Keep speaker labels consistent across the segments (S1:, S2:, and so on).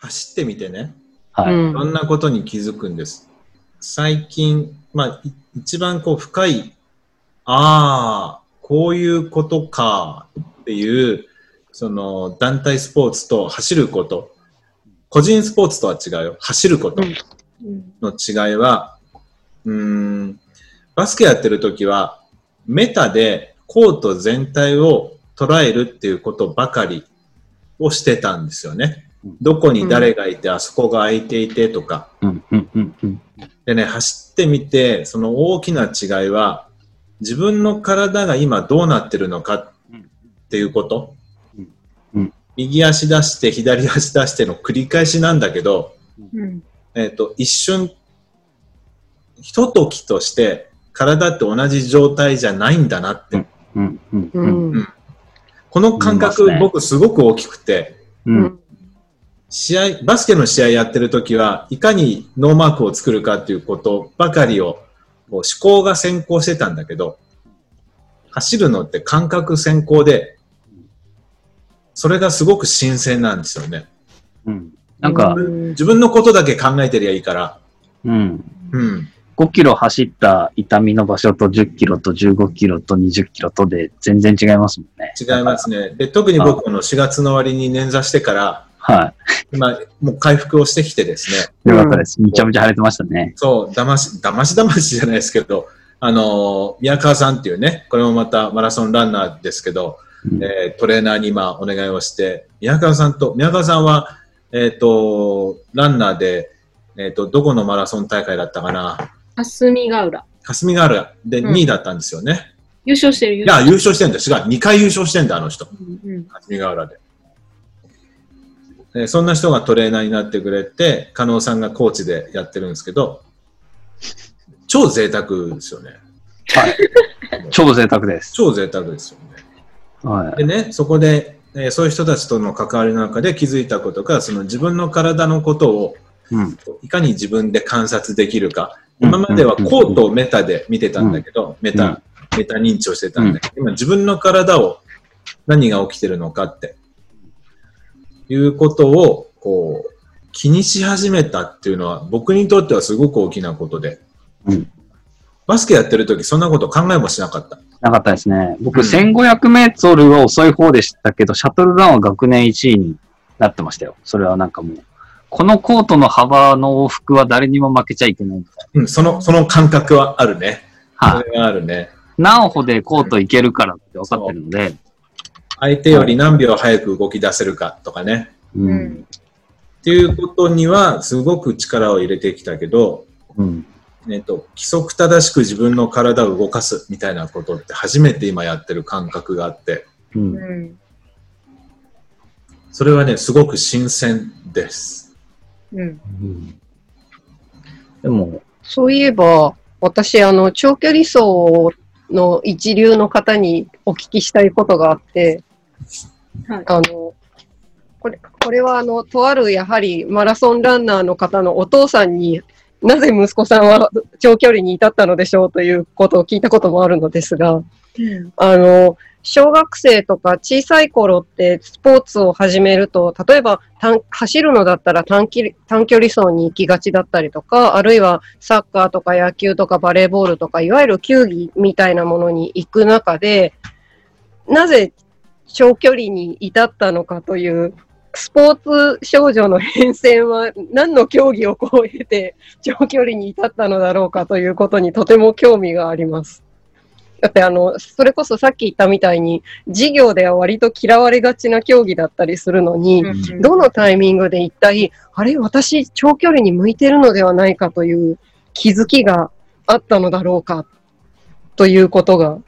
S1: 走ってみてね、
S2: はい。
S1: いろんなことに気づくんです。最近、まあ、い一番こう深い、ああ、こういうことかっていう、その団体スポーツと走ること、個人スポーツとは違うよ。走ることの違いは、うーん、バスケやってる時は、メタでコート全体を捉えるっていうことばかりをしてたんですよね
S2: うん。
S1: どこに誰がいて、あそこが空いていてとか。
S2: うん、うん、うん、うん。
S1: でね、走ってみて、その大きな違いは、自分の体が今どうなってるのかっていうこと
S2: うんうん。
S1: 右足出して、左足出しての繰り返しなんだけど、えっ、と、一瞬、ひとときとして、体って同じ状態じゃないんだなって。
S2: うん、うん、うん。
S1: この感覚、
S2: 見ますね
S1: 僕すごく大きくて、
S2: うん、
S1: 試合、バスケの試合やってるときは、いかにノーマークを作るかっていうことばかりを、こう思考が先行してたんだけど、走るのって感覚先行で、それがすごく新鮮なんですよね。
S2: うん。なんか、
S1: 自分のことだけ考えてりゃいいから、
S2: うん。
S1: うん。
S2: 5キロ走った痛みの場所と10キロと15キロと20キロとで全然違いますもんね。
S1: 違いますね。で、特に僕、この4月の終わりに捻挫してから、
S2: は
S1: 今、もう回復をしてきてですね、
S2: い。よかったです。めちゃめちゃ腫れてましたね。
S1: そう、だまし、だましだましじゃないですけど、あのー宮川さんっていうね、これもまたマラソンランナーですけど、
S2: うん
S1: えートレーナーに今お願いをして、宮川さんと、宮川さんは、えっ、と、ランナーで、えっ、と、どこのマラソン大会だったかな、
S3: 霞ヶ浦。
S1: 霞ヶ浦で
S3: うん
S1: 2位だったんですよね。
S3: 優勝してる、優
S1: いや、優勝してんだ、違う、2回優勝してんだ、あの人。
S3: うん
S1: 霞ヶ浦で。えーそんな人がトレーナーになってくれて、加納さんがコーチでやってるんですけど、超贅沢ですよね。
S2: 超贅沢です。
S1: 超贅沢ですよね。
S2: は
S1: でね、そこで、えーそういう人たちとの関わりの中で気づいたことが、その自分の体のことを
S2: い。うん。
S1: いかに自分で観察できるか。今まではコートをメタで見てたんだけど、メタ、メタ認知をしてたんだけど、今自分の体を何が起きてるのかって、いうことを、こう、気にし始めたっていうのは、僕にとってはすごく大きなことで、
S2: うん
S1: バスケやってる時そんなこと考えもしなかった。
S2: なかったですね。僕、
S1: うん
S2: 1500メートルは遅い方でしたけど、シャトルランは学年1位になってましたよ。それはなんかもう、このコートの幅の往復は誰にも負けちゃいけないみたい
S1: うん、その、その感覚はあるね。
S2: な。は
S1: そ
S2: い。
S1: れがあるね。
S2: 何歩でコートいけるからって分かってるので、
S1: 相手より何秒早く動き出せるかとかね。
S2: う。
S3: うんん
S1: っていうことにはすごく力を入れてきたけど、
S2: うん。
S1: えっと、規則正しく自分の体を動かすみたいなことって初めて今やってる感覚があって、
S2: う。
S3: うんん
S1: それはね、すごく新鮮です。
S3: うん
S2: うん、でも、
S4: そういえば、私、あの、長距離走の一流の方にお聞きしたいことがあって、
S3: はい
S4: あの、これ、これはあの、とあるやはりマラソンランナーの方のお父さんに、なぜ息子さんは長距離に至ったのでしょうということを聞いたこともあるのですが、あの、小学生とか小さい頃ってスポーツを始めると、例えば短走るのだったら短期短距離走に行きがちだったりとか、あるいはサッカーとか野球とかバレーボールとか、いわゆる球技みたいなものに行く中で、なぜ長距離に至ったのかという、スポーツ少女の変遷は何の競技を超えて長距離に至ったのだろうかということにとても興味があります。だってあの、それこそさっき言ったみたいに、授業では割と嫌われがちな競技だったりするのに、
S3: うん
S4: どのタイミングで一体、あれ、私、長距離に向いてるのではないかという気づきがあったのだろうか、ということが。
S3: う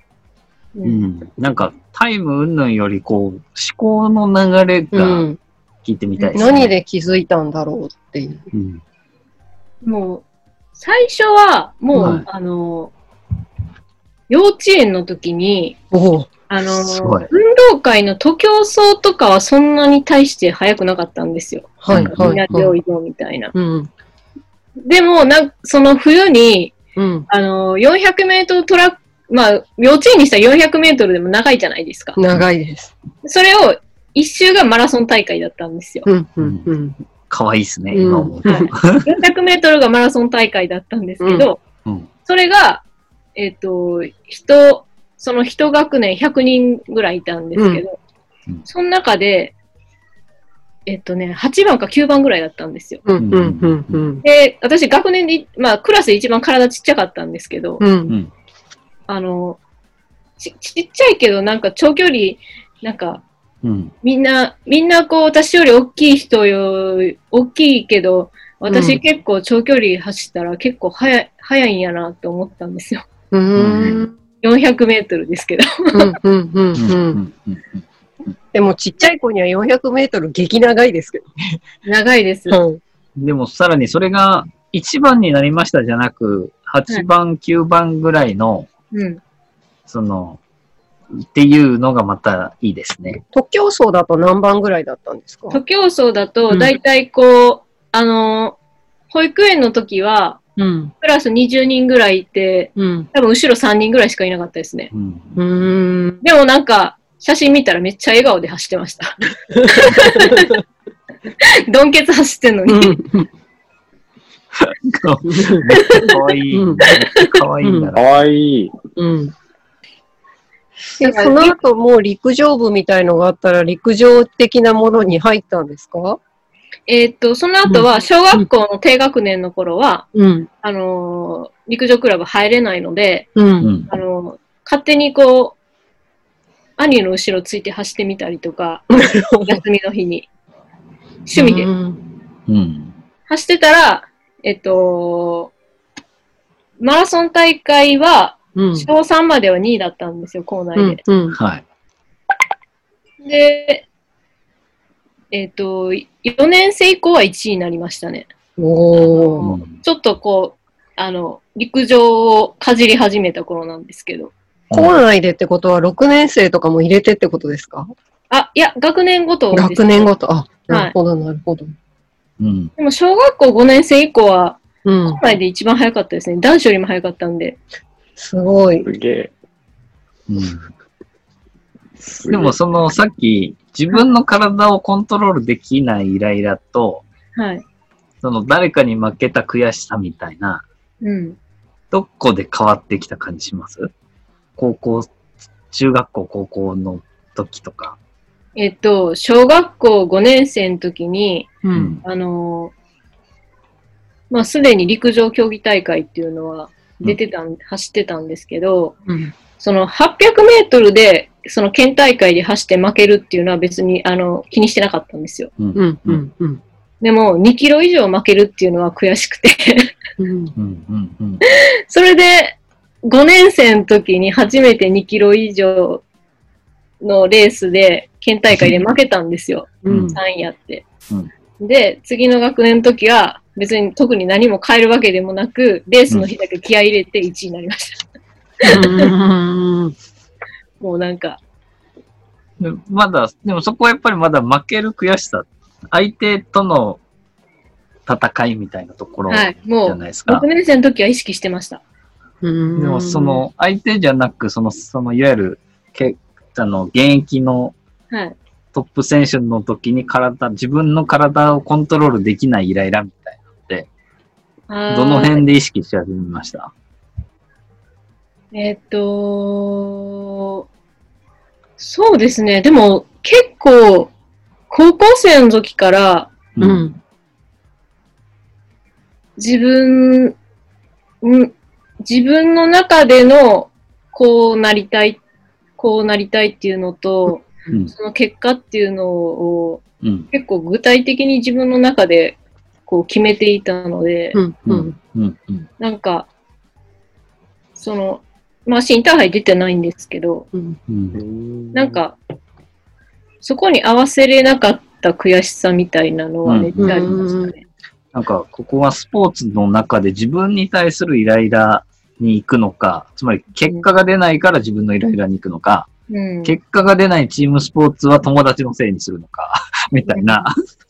S2: うんん。なんか、タイム云々より、こう、思考の流れ
S4: う
S2: が
S4: ん。
S2: 聞いてみたいですね。
S4: 何で気づいたんだろうっていう。
S2: うん。
S3: もう、最初は、もう、
S2: はい
S3: あの、幼稚園の時に、
S4: おお。
S3: あの
S2: すごい、
S3: 運動会の徒競走とかはそんなに大して速くなかったんですよ。
S4: はい、
S2: うん
S3: み
S4: は
S3: ん
S4: い、
S3: なで
S4: は
S3: 泳
S4: い。
S3: いようみたいな。
S4: うん。
S3: でも、なんその冬に、
S4: うん。
S3: あの、400メートルトラック、まあ、幼稚園にしたら400メートルでも長いじゃないですか。
S4: 長いです。
S3: それを、一周がマラソン大会だったんですよ。
S4: うん、うん、うん。
S2: 可愛いですね、
S4: うん
S2: 今思うと。
S3: はい400メートルがマラソン大会だったんですけど、
S2: うん
S3: それが、えっ、と、人、その一学年100人ぐらいいたんですけど、
S2: うん
S3: その中で、えっ、とね、8番か9番ぐらいだったんですよ。
S4: うんうんうんうん
S3: で、私学年で、まあクラスで一番体ちっちゃかったんですけど、
S4: うん
S2: うん。
S3: あの、ちちっちゃいけどなんか長距離、なんか
S2: うん。
S3: みんな、みんなこう、私より大きい人よ、大きいけど、
S4: う
S3: 私
S4: ん
S3: 結構長距離走ったら結構早い、早いんやなって思ったんですよ。
S4: うーん
S3: 400メートルですけど。
S4: うんうんう
S2: うん。うん
S4: うん
S2: ん。うん
S4: でもちっちゃい子には400メートル激長いですけ
S3: 長いです。
S4: ど。うん
S2: でも、さらにそれが1番になりましたじゃなく、8番、9番ぐらいの、
S3: うん。
S2: その、っていうのがまたいいですね。
S4: 徒競走だと何番ぐらいだったんですか
S3: 徒競走だと、
S4: うん
S3: だいたいこう、あのー、保育園の時は、
S4: うん。
S3: クラス20人ぐらいいて、
S4: うん。
S3: 多分後ろ3人ぐらいしかいなかったですね。
S2: うん。
S4: うーん。
S3: でもなんか、写真見たらめっちゃ笑顔で走ってま した。ドンケツ走ってんのに。
S2: かわいい。かわいいんだ
S5: か
S2: な。
S5: わいい。
S4: うん。でその後もう陸上部みたいのがあったら陸上的なものに入ったんですか
S3: えーっと、その後は、小学校の低学年の頃は、
S4: うん。
S3: あのー陸上クラブ入れないので、
S4: う。
S2: うんん。
S3: あのー勝手にこう、兄の後ろついて走ってみたりと か、休みの日に、趣味で。
S4: うん
S2: うん。
S3: 走ってたら、えっと、マラソン大会は、
S4: うん。
S3: 小3までは2位だったんですよ、校内で。
S4: うん。
S2: はい。
S3: で、えっと、4年生以降は1位になりましたね。
S4: おー。
S2: うん
S3: ちょっとこう、あの、陸上をかじり始めた頃なんですけど。
S4: 校内でってことは6年生とかも入れてってことですか
S3: あ、いや、学年ごとです
S4: 学年ごと。あ、なるほど、なるほど。
S2: うん。
S3: でも、小学校5年生以降は、
S4: うん
S3: 都。内で一番早かったですね。男子よりも早かったんで。
S4: すごい。
S5: すげえ。
S2: うん。
S5: すげ
S2: で
S5: え
S2: もそのさっき自分の体をコントロールできないイライラと、
S3: はい。
S2: その誰かに負けた悔しさみたいな、
S3: うん。
S2: どこで変わってきた感じします高校、中学校、高校の時とか。
S3: えっと、小学校5年生の時に、
S4: う。。
S2: うん
S3: あのーまあ、すでに陸上競技大会っていうのは出てたん、走ってたんですけど、
S4: うん。
S3: その800メートルで、その県大会で走って負けるっていうのは別に、あの、気にしてなかったんですよ。
S2: うん。うん。
S4: うん。うん。うん。
S3: でも、2キロ以上負けるっていうのは悔しくて。
S4: うん。
S2: うん。うん。
S3: それで、5年生の時に初めて2キロ以上のレースで、県大会で負けたんですよ。
S4: うん。
S3: 3位やって。で、次の学年の時は、別に特に何も変えるわけでもなく、レースの日だけ気合い入れて1位になりました。もうなんか、
S2: でまだ、でもそこはやっぱりまだ負ける悔しさ、相手との戦いみたいなところじ
S3: はい、も
S2: ゃ
S3: う
S2: ないですか。
S3: 6年生の時は意識してました。
S4: うん
S2: でもそ、の相手じゃなく、その、そのいわゆる、けあの、現役の
S3: はい。
S2: トップ選手の時に体、自分の体をコントロールできないイライラみたいな。
S3: あー
S2: どの辺で意識し始めました
S3: えーっと、そうですね。でも結構、高校生の時から
S4: う。ん。
S3: 自分、ん自分の中でのこうなりたい、こうなりたいっていうのと、
S2: うん。
S3: その結果っていうのを
S2: うん。
S3: 結構具体的に自分の中でこう決めていたので、
S4: うん。
S2: う
S4: うん
S2: ん。。うん。うん。
S3: なんか、その、まあ、インターハイ出てないんですけど、
S4: うん。
S2: うん。
S3: なん、か、そこに合わせれなかった悔しさみたいなのはめっちゃありましたね。
S2: なんか、ここはスポーツの中で自分に対するイライラに行くのか、つまり結果が出ないから自分のイライラに行くのか、
S3: うん。
S2: 結果が出ないチームスポーツは友達のせいにするのか、みたいな、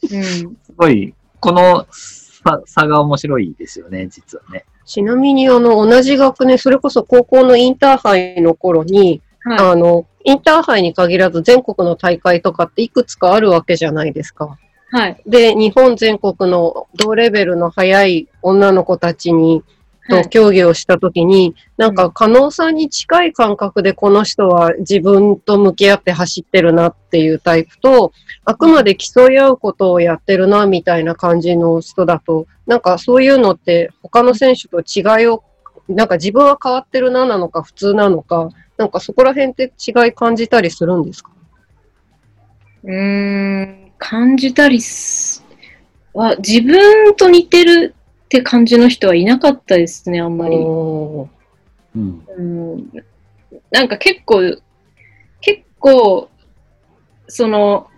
S3: うん
S2: すごい、この差差が面白いですよね、実はね。
S4: ちなみに、あの、同じ学年、それこそ高校のインターハイの頃に、
S3: は
S4: あの、インターハイに限らず全国の大会とかっていくつかあるわけじゃないですか。
S3: い。はい。
S4: で、日本全国の同レベルの速い女の子たちに、
S3: は
S4: と
S3: い
S4: 競技をしたときに、なんか、加納さんに近い感覚でこの人は自分と向き合って走ってるなっていうタイプと、あくまで競い合うことをやってるなみたいな感じの人だと、なんかそういうのって他の選手と違いを、なんか自分は変わってるななのか普通なのか、なんかそこら辺って違い感じたりするんですか
S3: うーん、感じたりす、は、自分と似てるって感じの人はいなかったですね、あんまり。
S4: おー
S2: うん。
S3: うん、なんか結構、結構、その、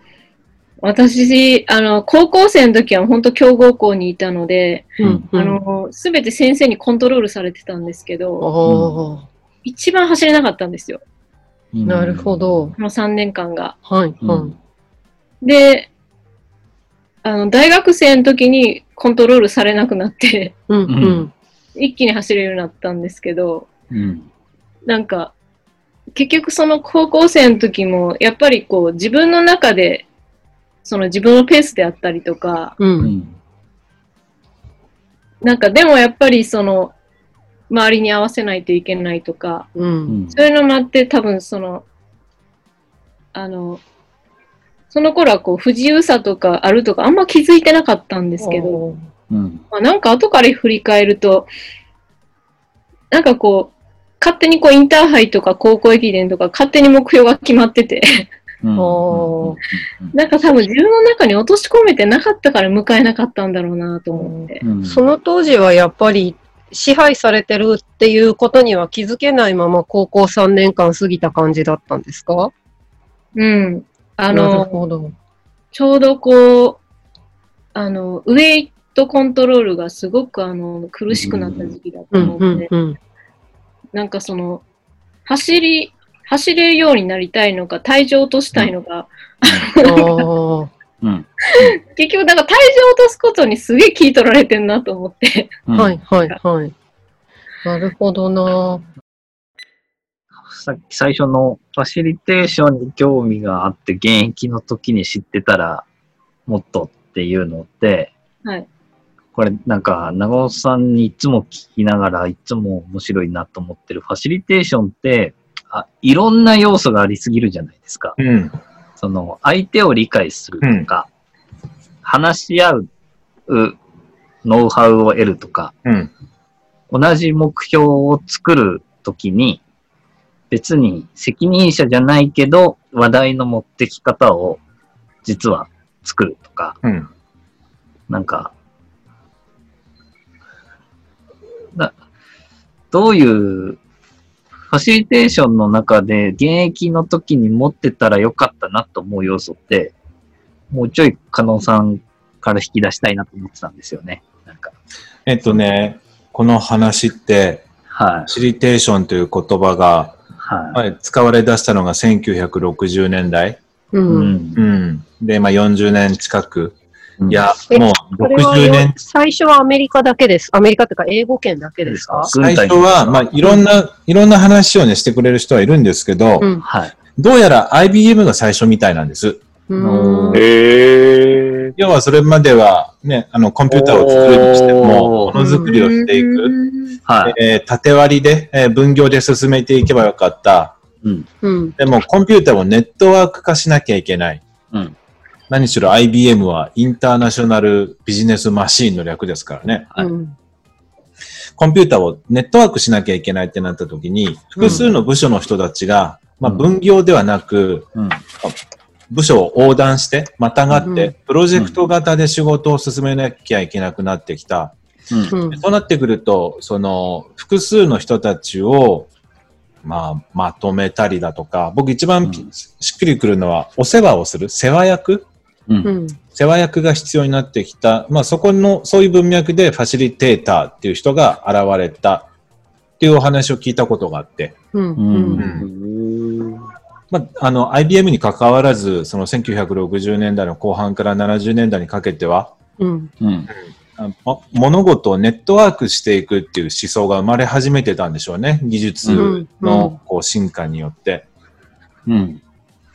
S3: 私、あの、高校生の時は本当強豪校にいたので、
S4: うん
S3: あの、すべて先生にコントロールされてたんですけど、
S4: ああ、
S3: 一番走れなかったんですよ、
S2: うん
S4: なるほ。ど。
S3: この3年間が。
S4: はい、
S2: う
S4: はい。
S2: ん。
S3: で、あの、大学生の時にコントロールされなくなって、
S4: うん、
S2: ん
S4: うん。
S3: 一気に走れるようになったんですけど、
S2: うん。
S3: なんか、結局その高校生の時も、やっぱりこう自分の中で、その自分のペースであったりとか、
S4: う、
S2: うんん。
S3: なんかでもやっぱりその、周りに合わせないといけないとか、
S4: う、
S2: うんん
S3: そういうのもあって多分その、あの、その頃はこう不自由さとかあるとかあんま気づいてなかったんで
S4: です
S3: けど、。
S2: うん。
S3: まあ、なんか後から振り返ると、なんかこう、勝手にこうインターハイとか高校駅伝とか勝手に目標が決まってて、
S2: うん
S4: おー
S3: なんか多分自分の中に落とし込めてなかったから迎えなかったんだろうなと思って。
S2: うん
S4: その当時はやっぱり支配されてるっていうことには気づけないまま高校3年間過ぎた感じだったんですか
S3: うん。あ
S4: なる
S3: の、
S4: ほど。
S3: ちょうどこう、あの、ウェイトコントロールがすごくあの、苦しくなった時期だった
S4: う
S3: の
S4: ん、
S3: で、
S4: うん、うん。
S3: なんかその、走り、走れるようになりたいのか、体重を落としたいのか、
S4: ああ。
S2: うん。
S3: 結局なんか体重を落とすことにすげえ気取られてんなと思って。
S2: うん
S4: はい、はい、はい。なるほどな。
S2: さっき最初のファシリテーションに興味があって、現役の時に知ってたらもっとっていうのって、
S3: はい
S2: これなんか長尾さんにいつも聞きながらいつも面白いなと思ってるファシリテーションって、あいろんな要素がありすぎるじゃないですか。
S1: うん。
S2: その相手を理解するとか、話し合ううノウハウを得るとか、
S1: うん。
S2: 同じ目標を作るときに、別に責任者じゃないけど、話題の持ってき方を実は作るとか、
S1: うん。
S2: なんか、などういう、ファシリテーションの中で現役の時に持ってたらよかったなと思う要素って、もうちょい加納さんから引き出したいなと思ってたんですよね。なんか、
S1: えっとね、この話って、
S2: はい
S1: ファ、シリテーションという言葉が、
S2: はい、
S1: はい、使われ出したのが1960年代。
S4: う。
S2: うんん。
S1: うん。で、まあ40年近く。
S2: うん
S1: いや、
S4: え
S1: もう
S4: これは
S1: 60年
S4: 最初はアメリカだけです。アメリカっていうか英語圏だけですか
S2: 軍
S1: 最
S2: 隊
S1: 初は、まあ、いろんな、いろんな話をね、してくれる人はいるんですけど、
S4: うん。
S2: はい。
S1: どうやら IBM が最初みたいなんです。
S4: うーん
S5: えー。
S1: 要はそれまでは、ね、あの、コンピューターを作るにしても、も
S2: おー
S1: のづくりをしていく。
S3: く。
S2: はい。
S1: えー縦割りで、えー分業で進めていけばよかった。
S2: うん。
S4: うん。
S1: でも、コンピューターをネットワーク化しなきゃいけない。
S2: うん。
S1: 何しろ IBM はインターナショナルビジネスマシーンの略ですからね。
S2: はい
S4: うん
S1: コンピューターをネットワークしなきゃいけないってなった時に、複数の部署の人たちが、まあ、
S2: うん
S1: 分業ではなく、
S2: うん。
S1: 部署を横断して、またがっ
S4: うん
S1: て、プロジェクト型で仕事を進めなきゃいけなくなってきた。
S2: うん。
S4: うん
S1: そうなってくると、その、複数の人たちを、まあ、まとめたりだとか、僕一
S2: う
S1: 番
S2: ん
S1: しっくりくるのは、お世話をする、世話役
S2: うん。
S4: うん
S1: 世話役が必要になってきた。まあ、そこの、そういう文脈でファシリテーターっていう人が現れたっていうお話を聞いたことがあって、
S4: うん
S2: うん。
S4: うん
S1: まあ、あの、IBM に関わらず、その1960年代の後半から70年代にかけては、
S4: うん
S2: うん。
S1: あま物事をネットワークしていくっていう思想が生まれ始めてたんでしょうね。技術のこう進化によって。
S2: うん。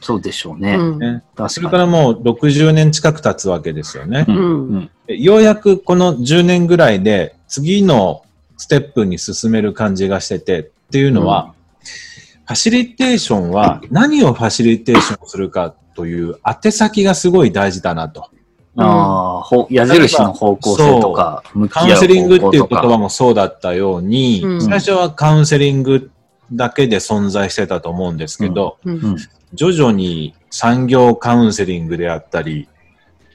S2: そうでしょう
S4: う
S2: ね。
S4: ん。
S1: ねそ
S2: 確
S1: れ
S2: か
S1: か
S2: に。
S1: らもう60年近く経つわけですよね
S2: う。
S4: うん
S2: うん
S1: でようやくこの10年ぐらいで次のステップに進める感じがしててっていうのは、ファシリテーションは何をファシリテーションするかという宛先がすごい大事だなと。
S2: ああ、ほ矢印の方向性とか、向き
S1: カウ
S2: 合
S1: ン
S2: う方
S1: セ
S2: 向とか。
S1: リングっていう言葉もそうだったように、
S4: うん
S1: 最初はカウンセリングだけで存在してたと思うんですけど、
S4: うん
S1: 徐々に産業カウンセリングであったり、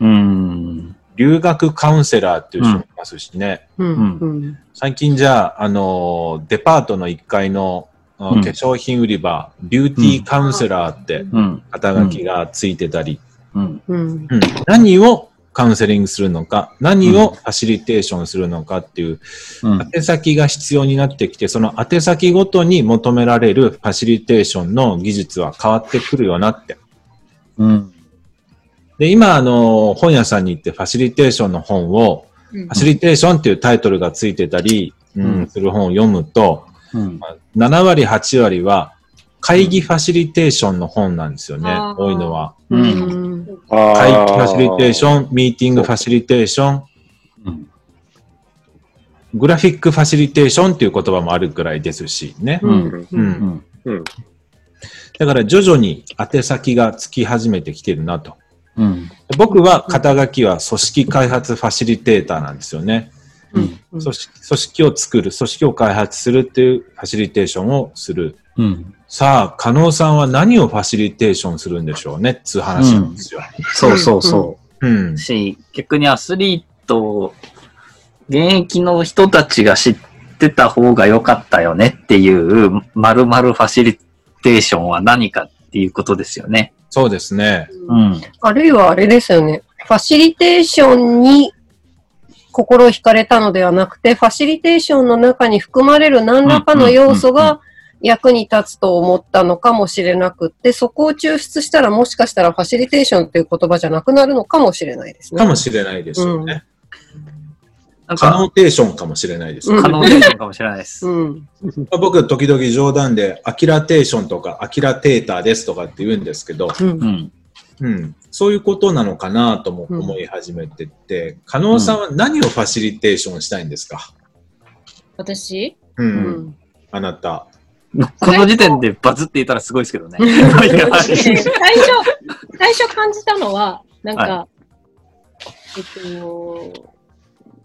S2: うん。
S1: 留学カウンセラーっていう人もいますしね、
S4: うんうん
S1: 最近じゃあ、あのーデパートの1階の、あ
S2: うん
S1: 化粧品売り場、ビューティーカウンセラーって
S2: うん。
S1: 肩書きがついてたり、
S2: うん。
S4: うん
S1: うん何をカウンセリングするのか、何をファシリテーションするのかっていう、
S2: うん。
S1: 宛先が必要になってきて、その宛先ごとに求められるファシリテーションの技術は変わってくるよなって。
S2: うん。
S1: で、今、あのー本屋さんに行ってファシリテーションの本を、
S3: うん
S1: ファシリテーションっていうタイトルがついてたり、うん
S2: うん
S1: する本を読むと、
S2: うん。
S1: 7割、8割は会議ファシリテーションの本なんですよね、
S3: あー
S1: 多いのは。
S4: う
S2: うん。
S4: ん
S1: 会議
S5: あ
S1: ファシリテーシ
S5: ン。
S1: ョン、ミーティングファシリテーション、グラフィックファシリテーションっていう言葉もあるくらいですしね。
S2: う
S4: うん
S2: ん
S1: う。
S2: うんん。
S1: だから徐々に宛先がつき始めてきてるなと。
S2: うん。
S1: 僕は肩書きは組織開発ファシリテーターなんですよね。
S2: うん。
S4: うん
S1: 組織組織を作る、組織を開発するっていうファシリテーションをする。
S2: うん。
S1: さあ、加納さんは何をファシリテーションするんでしょうねっつう話なんですよ。
S2: そうそうそ
S1: うん
S2: う。。し、逆にアスリート、現役の人たちが知ってた方が良かったよねっていう、まるまるファシリテーションは何かっていうことですよね。
S1: そうですね。
S2: うん。
S4: あるいはあれですよね。ファシリテーションに心惹かれたのではなくて、ファシリテーションの中に含まれる何らかの要素
S2: うんうん
S4: が役に立つと思ったのかもしれなくって、そこを抽出したらもしかしたらファシリテーションという言葉じゃなくなるのかもしれないですね。
S1: かもしれないですよね。
S2: なん
S1: カ
S2: か、
S1: ノーテーションかもしれないですよね。
S2: 可能でしょうかもしれないです。
S4: うん。
S1: まあ僕、時々冗談で、アキラテーションとか、アキラテーターですとかって言うんですけど、
S4: うん
S2: うん。
S1: うん、そういうことなのかなとも思い始めてて、加納さんは何をファシリテーションしたいんですか
S3: 私
S1: うん、
S4: うん
S1: あなた。
S2: この時点でバズっていたらすごいですけどね。
S3: 最初、最初感じたのは、なんか、
S2: は
S3: えっと、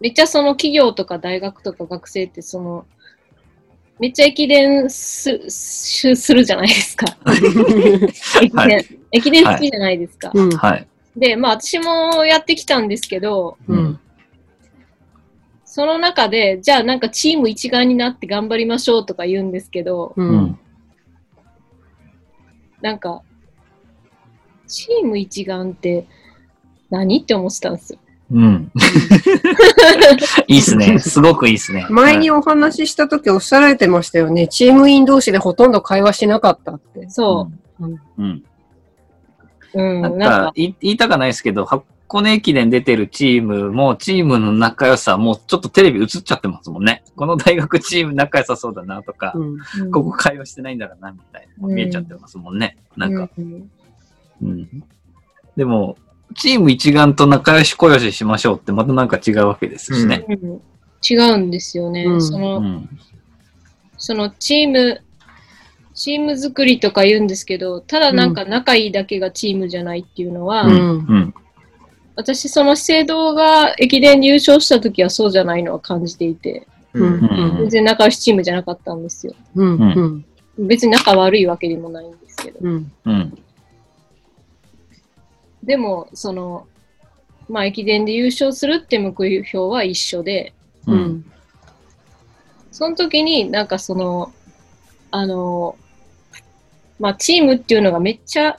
S3: めっちゃその企業とか大学とか学生ってその、めっちゃ駅伝すすするじゃないですか。駅伝、
S2: はい
S3: 駅伝好きじゃないですか。
S4: うん。
S2: はい。
S3: で、まあ私もやってきたんですけど、
S4: うん。
S3: その中で、じゃあなんかチーム一丸になって頑張りましょうとか言うんですけど、
S2: う
S4: う。
S2: んん。
S3: なんか、チーム一丸って何って思ってたんですよ。
S2: うん。いいっすね。すごくいいっすね。
S4: 前にお話しした時おっしゃられてましたよね。チーム員同士でほとんど会話しなかったって。
S3: そ
S2: うん。うん。
S3: う。うん、
S2: な
S3: なんん
S2: か
S3: か、、
S2: い言いたかないですけど、箱根駅伝出てるチームも、チームの仲良さ、もうちょっとテレビ映っちゃってますもんね。この大学チーム仲良さそうだなとか、
S4: うん。
S3: うん
S2: ここ会話してないんだろうな、みたいな。
S3: うん
S2: 見えちゃってますもんね。なんか。、
S3: うん
S2: うん。でも、チーム一丸と仲良し小良ししましょうって、またなんか違うわけですしね。
S3: うん違うんですよね。
S4: うん
S3: その、
S2: うん。
S3: そのチーム、チーム作りとか言うんですけど、ただなんか仲いいだけがチームじゃないっていうのは、
S4: うん
S2: うん。
S3: 私その資生堂が駅伝で優勝した時はそうじゃないのは感じていて、
S4: う
S1: うん
S4: ん。
S3: 全然仲良しチームじゃなかったんですよ。
S4: うん。うん。
S3: 別に仲悪いわけでもないんですけど。
S4: うん。
S2: うん。
S3: でも、その、まあ駅伝で優勝するって目標は一緒で、
S4: う
S2: うんん。。
S3: その時になんかその、あの、まあチームっていうのがめっちゃ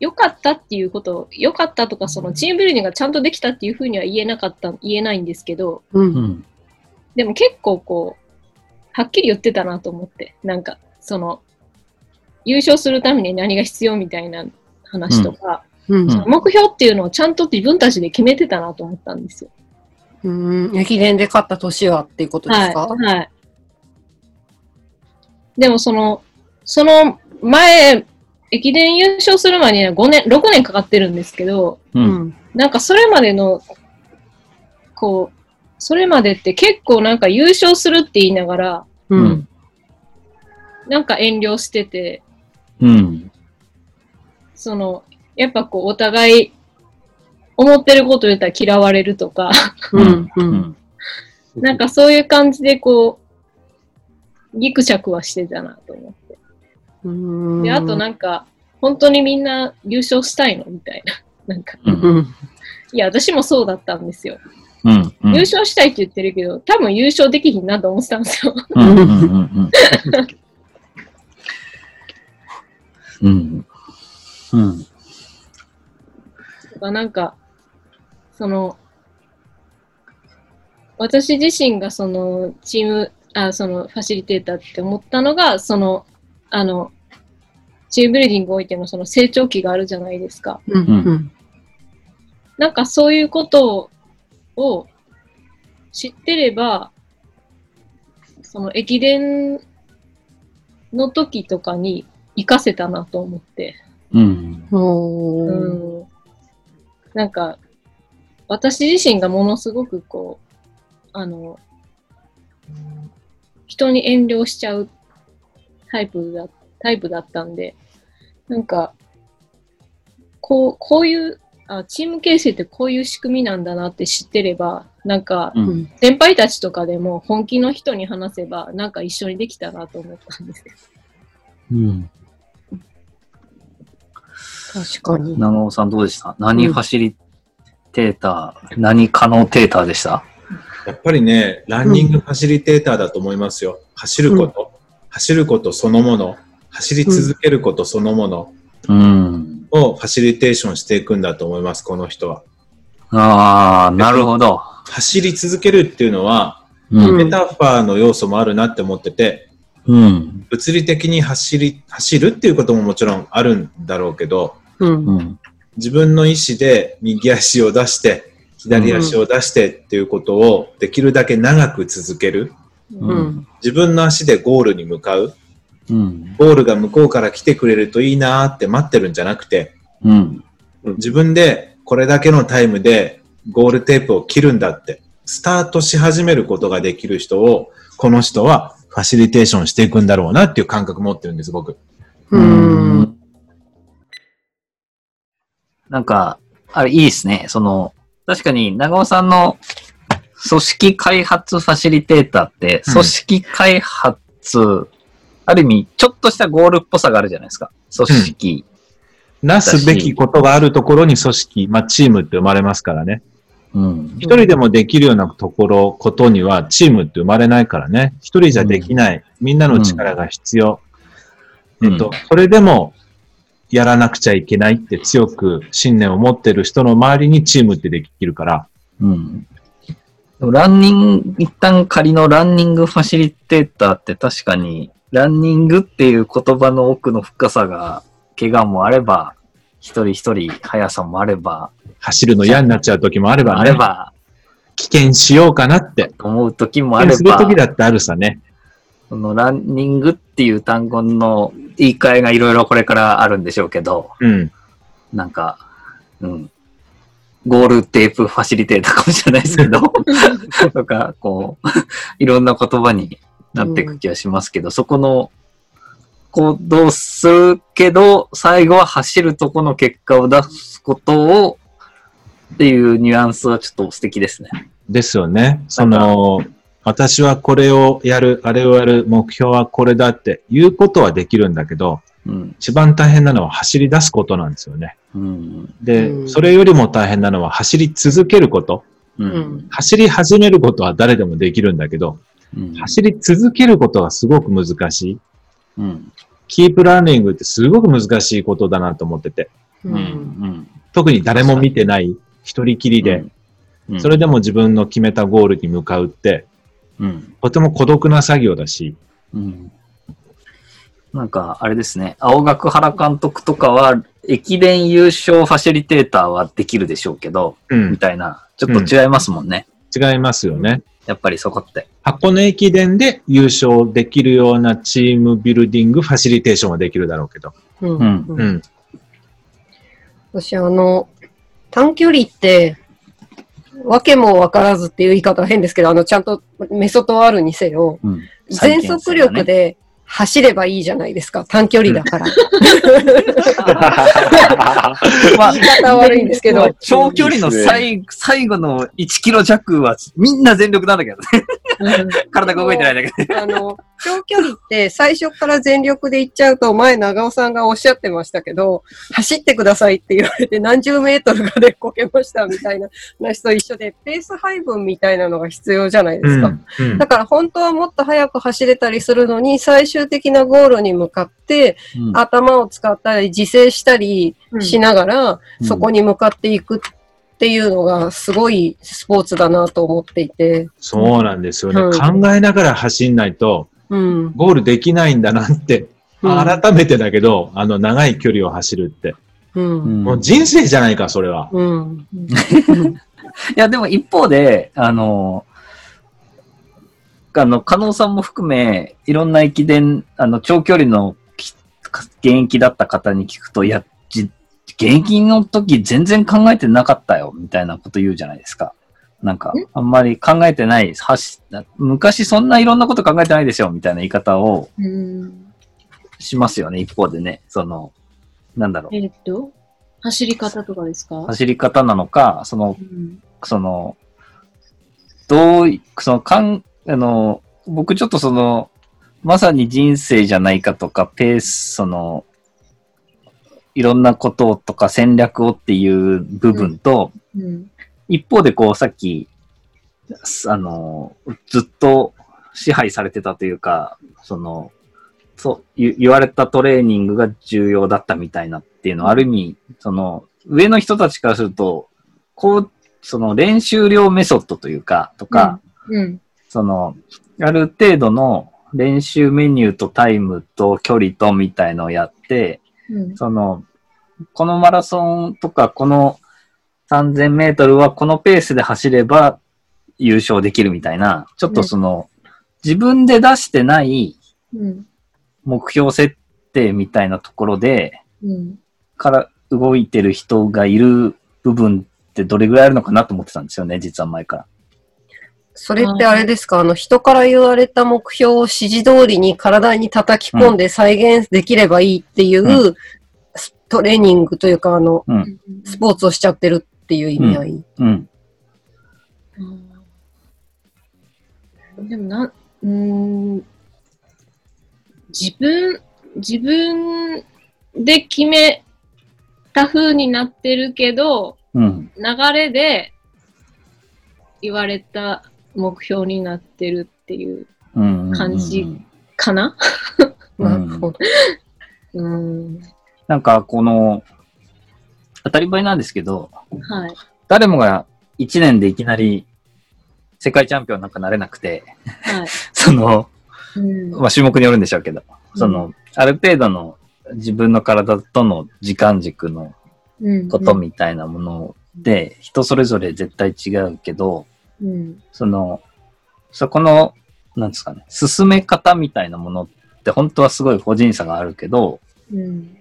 S3: 良かったっていうこと、良かったとかそのチームビルディングがちゃんとできたっていうふうには言えなかった、言えないんですけど、
S4: う。
S2: うんん。
S3: でも結構こう、はっきり言ってたなと思って、なんかその、優勝するために何が必要みたいな話とか、
S4: うん
S2: うん
S3: 目標っていうのをちゃんと自分たちで決めてたなと思ったんですよ。
S4: うん、駅伝で勝った年はっていうことですか、
S3: はい。はい、でもその、その前駅伝優勝するまでには5年、6年かかってるんですけど、
S2: う。
S4: うんん。
S3: なんかそれまでの、こう、それまでって結構なんか優勝するって言いながら、
S4: う
S2: うんん。。
S3: なんか遠慮してて、
S2: うん。
S3: その、やっぱこう、お互い、思ってること言ったら嫌われるとか、
S4: うん。う。
S2: うんん。
S3: なんかそういう感じでこう、ギクシャクはしてたなと思って。
S4: うん。
S3: で、あとなんか、本当にみんな優勝したいのみたいな。なん か、
S2: う。
S4: うんん。
S3: いや、私もそうだったんですよ。
S2: うん。うん。
S3: 優勝したいって言ってるけど、多分優勝できひんなと思ってたんですよ。
S2: うんうんうんうん。うん。うん。
S3: だからなんか、その、私自身がその、チーム、あ、その、ファシリテーターって思ったのが、その、あの、チームビルディングにおいてのその成長期があるじゃないですか。
S4: うん。うん。
S3: なんかそういうことを知ってれば、その駅伝の時とかに活かせたなと思って。
S2: うん。
S4: おー
S3: うんなんか、私自身がものすごくこう、あの、人に遠慮しちゃうタイプだ、タイプだったんで、なんか、こう、こういう、あチーム形成ってこういう仕組みなんだなって知ってれば、なんか、
S2: うん。
S3: 先輩たちとかでも本気の人に話せば、なんか一緒にできたなと思ったんですよ。
S2: うん。
S4: 確かに。
S2: 長尾さんどうでした何ファシリテーター、何可能テーターでした
S1: やっぱりね、ランニングファシリテーターだと思いますよ。走ること、走ることそのもの、走り続けることそのもの
S2: うん。
S1: をファシリテーションしていくんだと思います、この人は。
S2: ああ、なるほど。
S1: 走り続けるっていうのは、
S2: うん。
S1: メタファーの要素もあるなって思ってて、
S2: うん。
S1: 物理的に走り、走るっていうことももちろんあるんだろうけど、
S4: うん。
S2: うん。
S1: 自分の意思で右足を出して、左足を出してっていうことをできるだけ長く続ける。
S2: う
S4: うんん。
S1: 自分の足でゴールに向かう。
S2: うん。
S1: ゴールが向こうから来てくれるといいなーって待ってるんじゃなくて、
S2: うん。
S1: 自分でこれだけのタイムでゴールテープを切るんだって、スタートし始めることができる人を、この人はファシリテーションしていくんだろうなっていう感覚持ってるんです、僕。
S4: うん。
S2: なんか、あれいいですね。その、確かに長尾さんの組織開発ファシリテーターって、
S1: うん
S2: 組織開発、ある意味、ちょっとしたゴールっぽさがあるじゃないですか。組織。
S1: なすべきことがあるところに組織、まあチームって生まれますからね。
S2: うん。
S1: 一人でもできるようなところ、ことにはチームって生まれないからね。一人じゃできない。みんなの力が必要。
S2: うん
S1: えっと、それでもやらなくちゃいけないって強く信念を持ってる人の周りにチームってできるから。
S2: うん。でもランニング、一旦仮のランニングファシリテーターって確かに、ランニングっていう言葉の奥の深さが、怪我もあれば、一人一人速さもあれば、
S1: 走るの嫌になっちゃう時もあれば
S2: あ
S1: ね。
S2: れば、
S1: 危険しようかなって。
S2: 思う時も
S1: 危
S2: あれ
S1: 険する
S2: ば、
S1: 時だってあるさね。
S2: このランニングっていう単語の言い換えがいろいろこれからあるんでしょうけど、
S1: うん。
S2: なんか、うん。ゴールテープファシリテーターかもしれないですけど、とか、こう、 いろんな言葉になっていく気がしますけど、そこの、行動するけど、最後は走るとこの結果を出すことを、っていうニュアンスはちょっと素敵ですね。
S1: ですよね。その、私はこれをやる、あれをやる、目標はこれだっていうことはできるんだけど、
S2: うん。
S1: 一番大変なのは走り出すことなんですよね。
S2: うん。
S1: で、
S4: うん
S1: それよりも大変なのは走り続けること。
S2: う
S4: うんん。
S1: 走り始めることは誰でもできるんだけど、
S2: うん。
S1: 走り続けることがすごく難しい。
S2: うん。
S1: キープランニングってすごく難しいことだなと思ってて。
S2: うん。うん。
S1: 特に誰も見てない、一人きりで、
S2: うん、
S1: それでも自分の決めたゴールに向かうって、
S2: うん。
S1: とても孤独な作業だし、
S2: うん。なんか、あれですね。青学原監督とかは、駅伝優勝ファシリテーターはできるでしょうけど、
S1: うん
S2: みたいな、ちょっと違いますもんね。
S1: 違いますよね。
S2: やっぱりそこって。
S1: 箱根駅伝で優勝できるようなチームビルディング、ファシリテーションはできるだろうけど。
S4: うん
S2: うん
S4: う
S1: うんん。
S4: 私、あの、短距離って、わけもわからずっていう言い方は変ですけど、あの、ちゃんとメソトワールにせよ、
S2: うん。
S4: 全速力で走ればいいじゃないですか。短距離だから。
S2: まあ
S4: 言い方悪いんですけど。
S2: 長距離の最最後の1キロ弱はみんな全力なんだけどね。 体が動いてないだけで。
S4: あの、長距離って最初から全力で行っちゃうと、前長尾さんがおっしゃってましたけど、走ってくださいって言われて何十メートルかでこけましたみたいな話と一緒で、ペース配分みたいなのが必要じゃないで
S1: う
S4: す
S1: ん。
S4: か。
S1: うん
S4: だから本当はもっと速く走れたりするのに、最終的なゴールに向かって、頭を使ったり、自制したりしながら、
S2: うん
S4: そこに向かっていくっていうのが、すごいスポーツだなと思っていて。
S1: そうなんですよね。
S4: う
S1: 考えながら走んないと、
S4: うん。
S1: ゴールできないんだなって、
S4: うん
S1: 改めてだけど、あの、長い距離を走るって。
S4: うん。
S1: もう人生じゃないか、それは。
S4: うん。
S2: いや、でも一方で、あの、あの、加納さんも含め、いろんな駅伝、あの、長距離のき現役だった方に聞くと、いや、じ現役の時全然考えてなかったよ、みたいなこと言うじゃないですか。なんか、あんまり考えてない、はし昔そんないろんなこと考えてないですよ、みたいな言い方を
S3: うん
S2: しますよね、一方でね。その、なんだろう。
S3: えーっと、走り方とかですか、
S2: 走り方なのか、その
S3: うん
S2: その、どうい、その、かん、あの、僕ちょっとその、まさに人生じゃないかとか、ペース、その、いろんなこととか戦略をっていう部分と、
S3: うん
S2: 一方でこう、さっき、すあの、ずっと支配されてたというか、その、そう、ゆ言われたトレーニングが重要だったみたいなっていうのは、ある意味、その、上の人たちからすると、こう、その練習量メソッドというか、とか、
S3: うん
S2: その、ある程度の練習メニューとタイムと距離とみたいのをやって、
S3: うん
S2: その、このマラソンとか、この3000メートルはこのペースで走れば優勝できるみたいな、ちょっとその、自分で出してない
S3: うん
S2: 目標設定みたいなところで、
S3: うん
S2: から動いてる人がいる部分ってどれぐらいあるのかなと思ってたんですよね、実は前から。
S4: それってあれですかあの、人から言われた目標を指示通りに体に叩き込んで再現できればいいっていう、
S2: う
S4: ストレーニングというか、あの、
S2: うん。
S4: スポーツをしちゃってるっていう意味合い。
S2: うん。
S3: うんでもな、うーん、自分、自分で決めた風になってるけど、
S2: うん。
S3: 流れで言われた目標になってるっていう
S2: うん。
S3: 感じかな
S2: うん
S4: なるほど
S3: うん、
S2: なんか、この、当たり前なんですけど、
S3: はい。
S2: 誰もが1年でいきなり世界チャンピオンなんかなれなくて、
S3: はい。
S2: その、
S3: うん
S2: まあ、種目によるんでしょうけど、その、ある程度の自分の体との時間軸の
S3: うん
S2: ことみたいなもので、人それぞれ絶対違うけど、
S3: うん
S2: その、そこの、なんですかね、進め方みたいなものって本当はすごい個人差があるけど、
S3: うん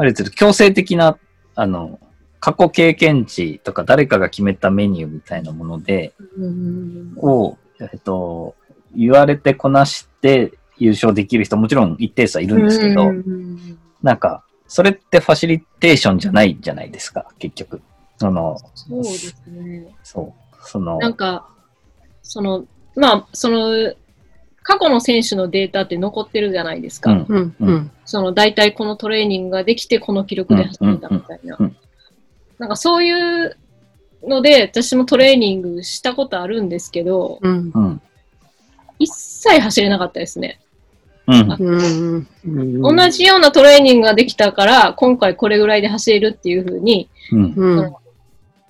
S2: ある程度強制的な、あの、過去経験値とか誰かが決めたメニューみたいなもので、
S3: うん
S2: を、えっと、言われてこなして優勝できる人もちろん一定数はいるんですけど、
S3: うん
S2: なんか、それってファシリテーションじゃないじゃないですか、結局。その、
S3: そうですね。
S2: そう、その、
S3: なんか、その、まあ、その、過去の選手のデータって残ってるじゃないですか。
S2: うん
S4: うん、
S2: う
S4: うん。
S3: その、大体このトレーニングができて、この記録で走れたみたいな
S2: うんうんうん。
S3: なんかそういうので、私もトレーニングしたことあるんですけど、
S4: うん。
S2: うん。
S3: 一切走れなかったですね。
S2: うん。
S4: うん。
S3: 同じようなトレーニングができたから、今回これぐらいで走れるっていうふうに、
S2: うん。
S4: うん。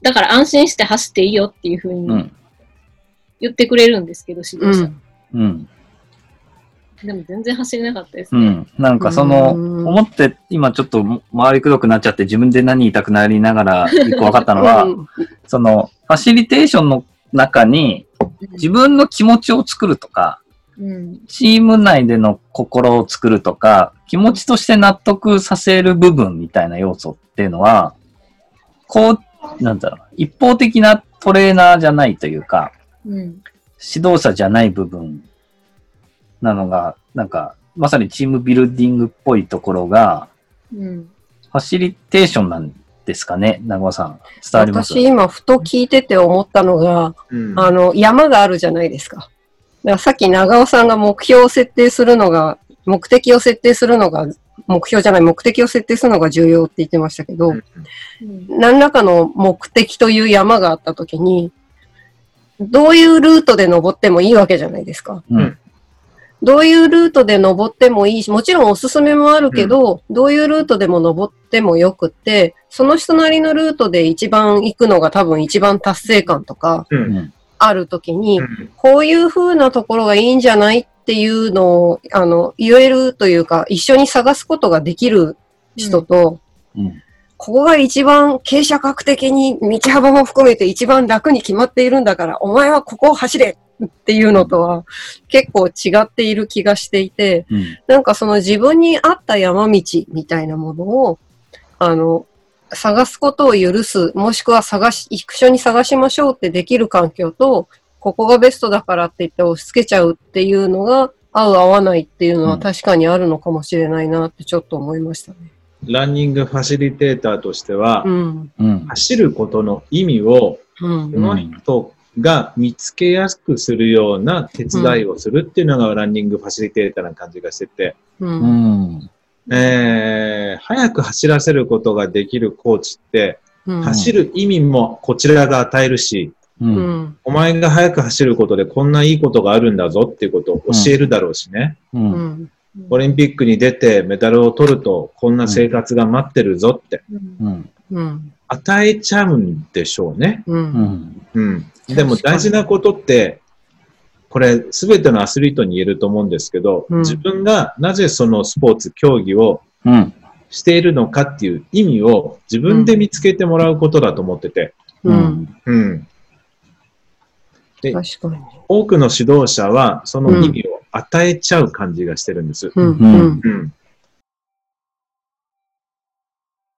S3: だから安心して走っていいよっていうふう
S2: う
S3: に
S2: ん。
S3: 言ってくれるんですけど、指
S4: う
S3: 導者。
S4: ん。
S2: うん。
S3: でも全然走れなかったです
S2: う
S3: ね。
S2: ん。なんかその、
S4: うん
S2: 思って、今ちょっと回りくどくなっちゃって自分で何言いたくなりながら一個分かったのは、
S4: うん
S2: その、ファシリテーションの中に自分の気持ちを作るとか、
S3: うん。
S2: チーム内での心を作るとか、気持ちとして納得させる部分みたいな要素っていうのは、こう、なんだろう、一方的なトレーナーじゃないというか、
S3: うん。
S2: 指導者じゃない部分なのが、なんか、まさにチームビルディングっぽいところが、
S3: うん。
S2: ファシリテーションなんですかね、長尾さん。伝わります
S4: 私今ふと聞いてて思ったのが、
S1: うん
S4: あの、山があるじゃないですか。だからさっき長尾さんが目標を設定するのが、目的を設定するのが、目標じゃない、目的を設定するのが重要って言ってましたけど、
S3: うん。
S4: 何らかの目的という山があったときに、どういうルートで登ってもいいわけじゃないですか。
S2: うん
S4: どういうルートで登ってもいいし、もちろんおすすめもあるけど、どういうルートでも登ってもよくって、その人なりのルートで一番行くのが多分一番達成感とか
S1: う
S2: うん
S1: ん
S4: あるときに
S1: う、ん
S4: こういう風なところがいいんじゃないっていうのを、あの、言えるというか、一緒に探すことができる人と、
S2: うん
S4: ここが一番傾斜角的に道幅も含めて一番楽に決まっているんだから、お前はここを走れっていうのとは結構違っている気がしていて、
S2: うん
S4: なんかその自分に合った山道みたいなものを、あの、探すことを許す、もしくは探し、一緒に探しましょうってできる環境と、ここがベストだからって言って押し付けちゃうっていうのが、合う合わないっていうのは確かにあるのかもしれないなってちょっと思いましたね。
S1: ランニングファシリテーターとしては、
S4: うん。
S2: うん
S1: 走ることの意味を
S4: うん
S1: その人が見つけやすくするような手伝いをするっていうのがランニングファシリテーターな感じがしてて、
S4: う
S2: うんん
S1: えー早く走らせることができるコーチって、
S4: うん
S1: 走る意味もこちらが与えるし、
S2: うん
S4: う
S2: うん
S4: ん
S1: お前が早く走ることでこんないいことがあるんだぞっていうことを教えるだろうしね。
S2: う
S4: うんん
S1: オリンピックに出てメダルを取るとこんな生活が待ってるぞって
S3: うん
S2: うん
S4: うん
S1: 与えちゃうんでしょうね。
S4: う
S2: うんん
S1: うん。でも大事なことって、これ全てのアスリートに言えると思うんですけど、
S4: うん
S1: 自分がなぜそのスポーツ、競技を
S2: うん
S1: しているのかっていう意味を自分で見つけてもらうことだと思ってて、
S2: う
S4: うん
S2: ん
S1: うん。で、
S4: 確かに。
S1: 多くの指導者はその意味を与えちゃう感じがしてるんです。
S4: うん
S2: うん
S1: うん。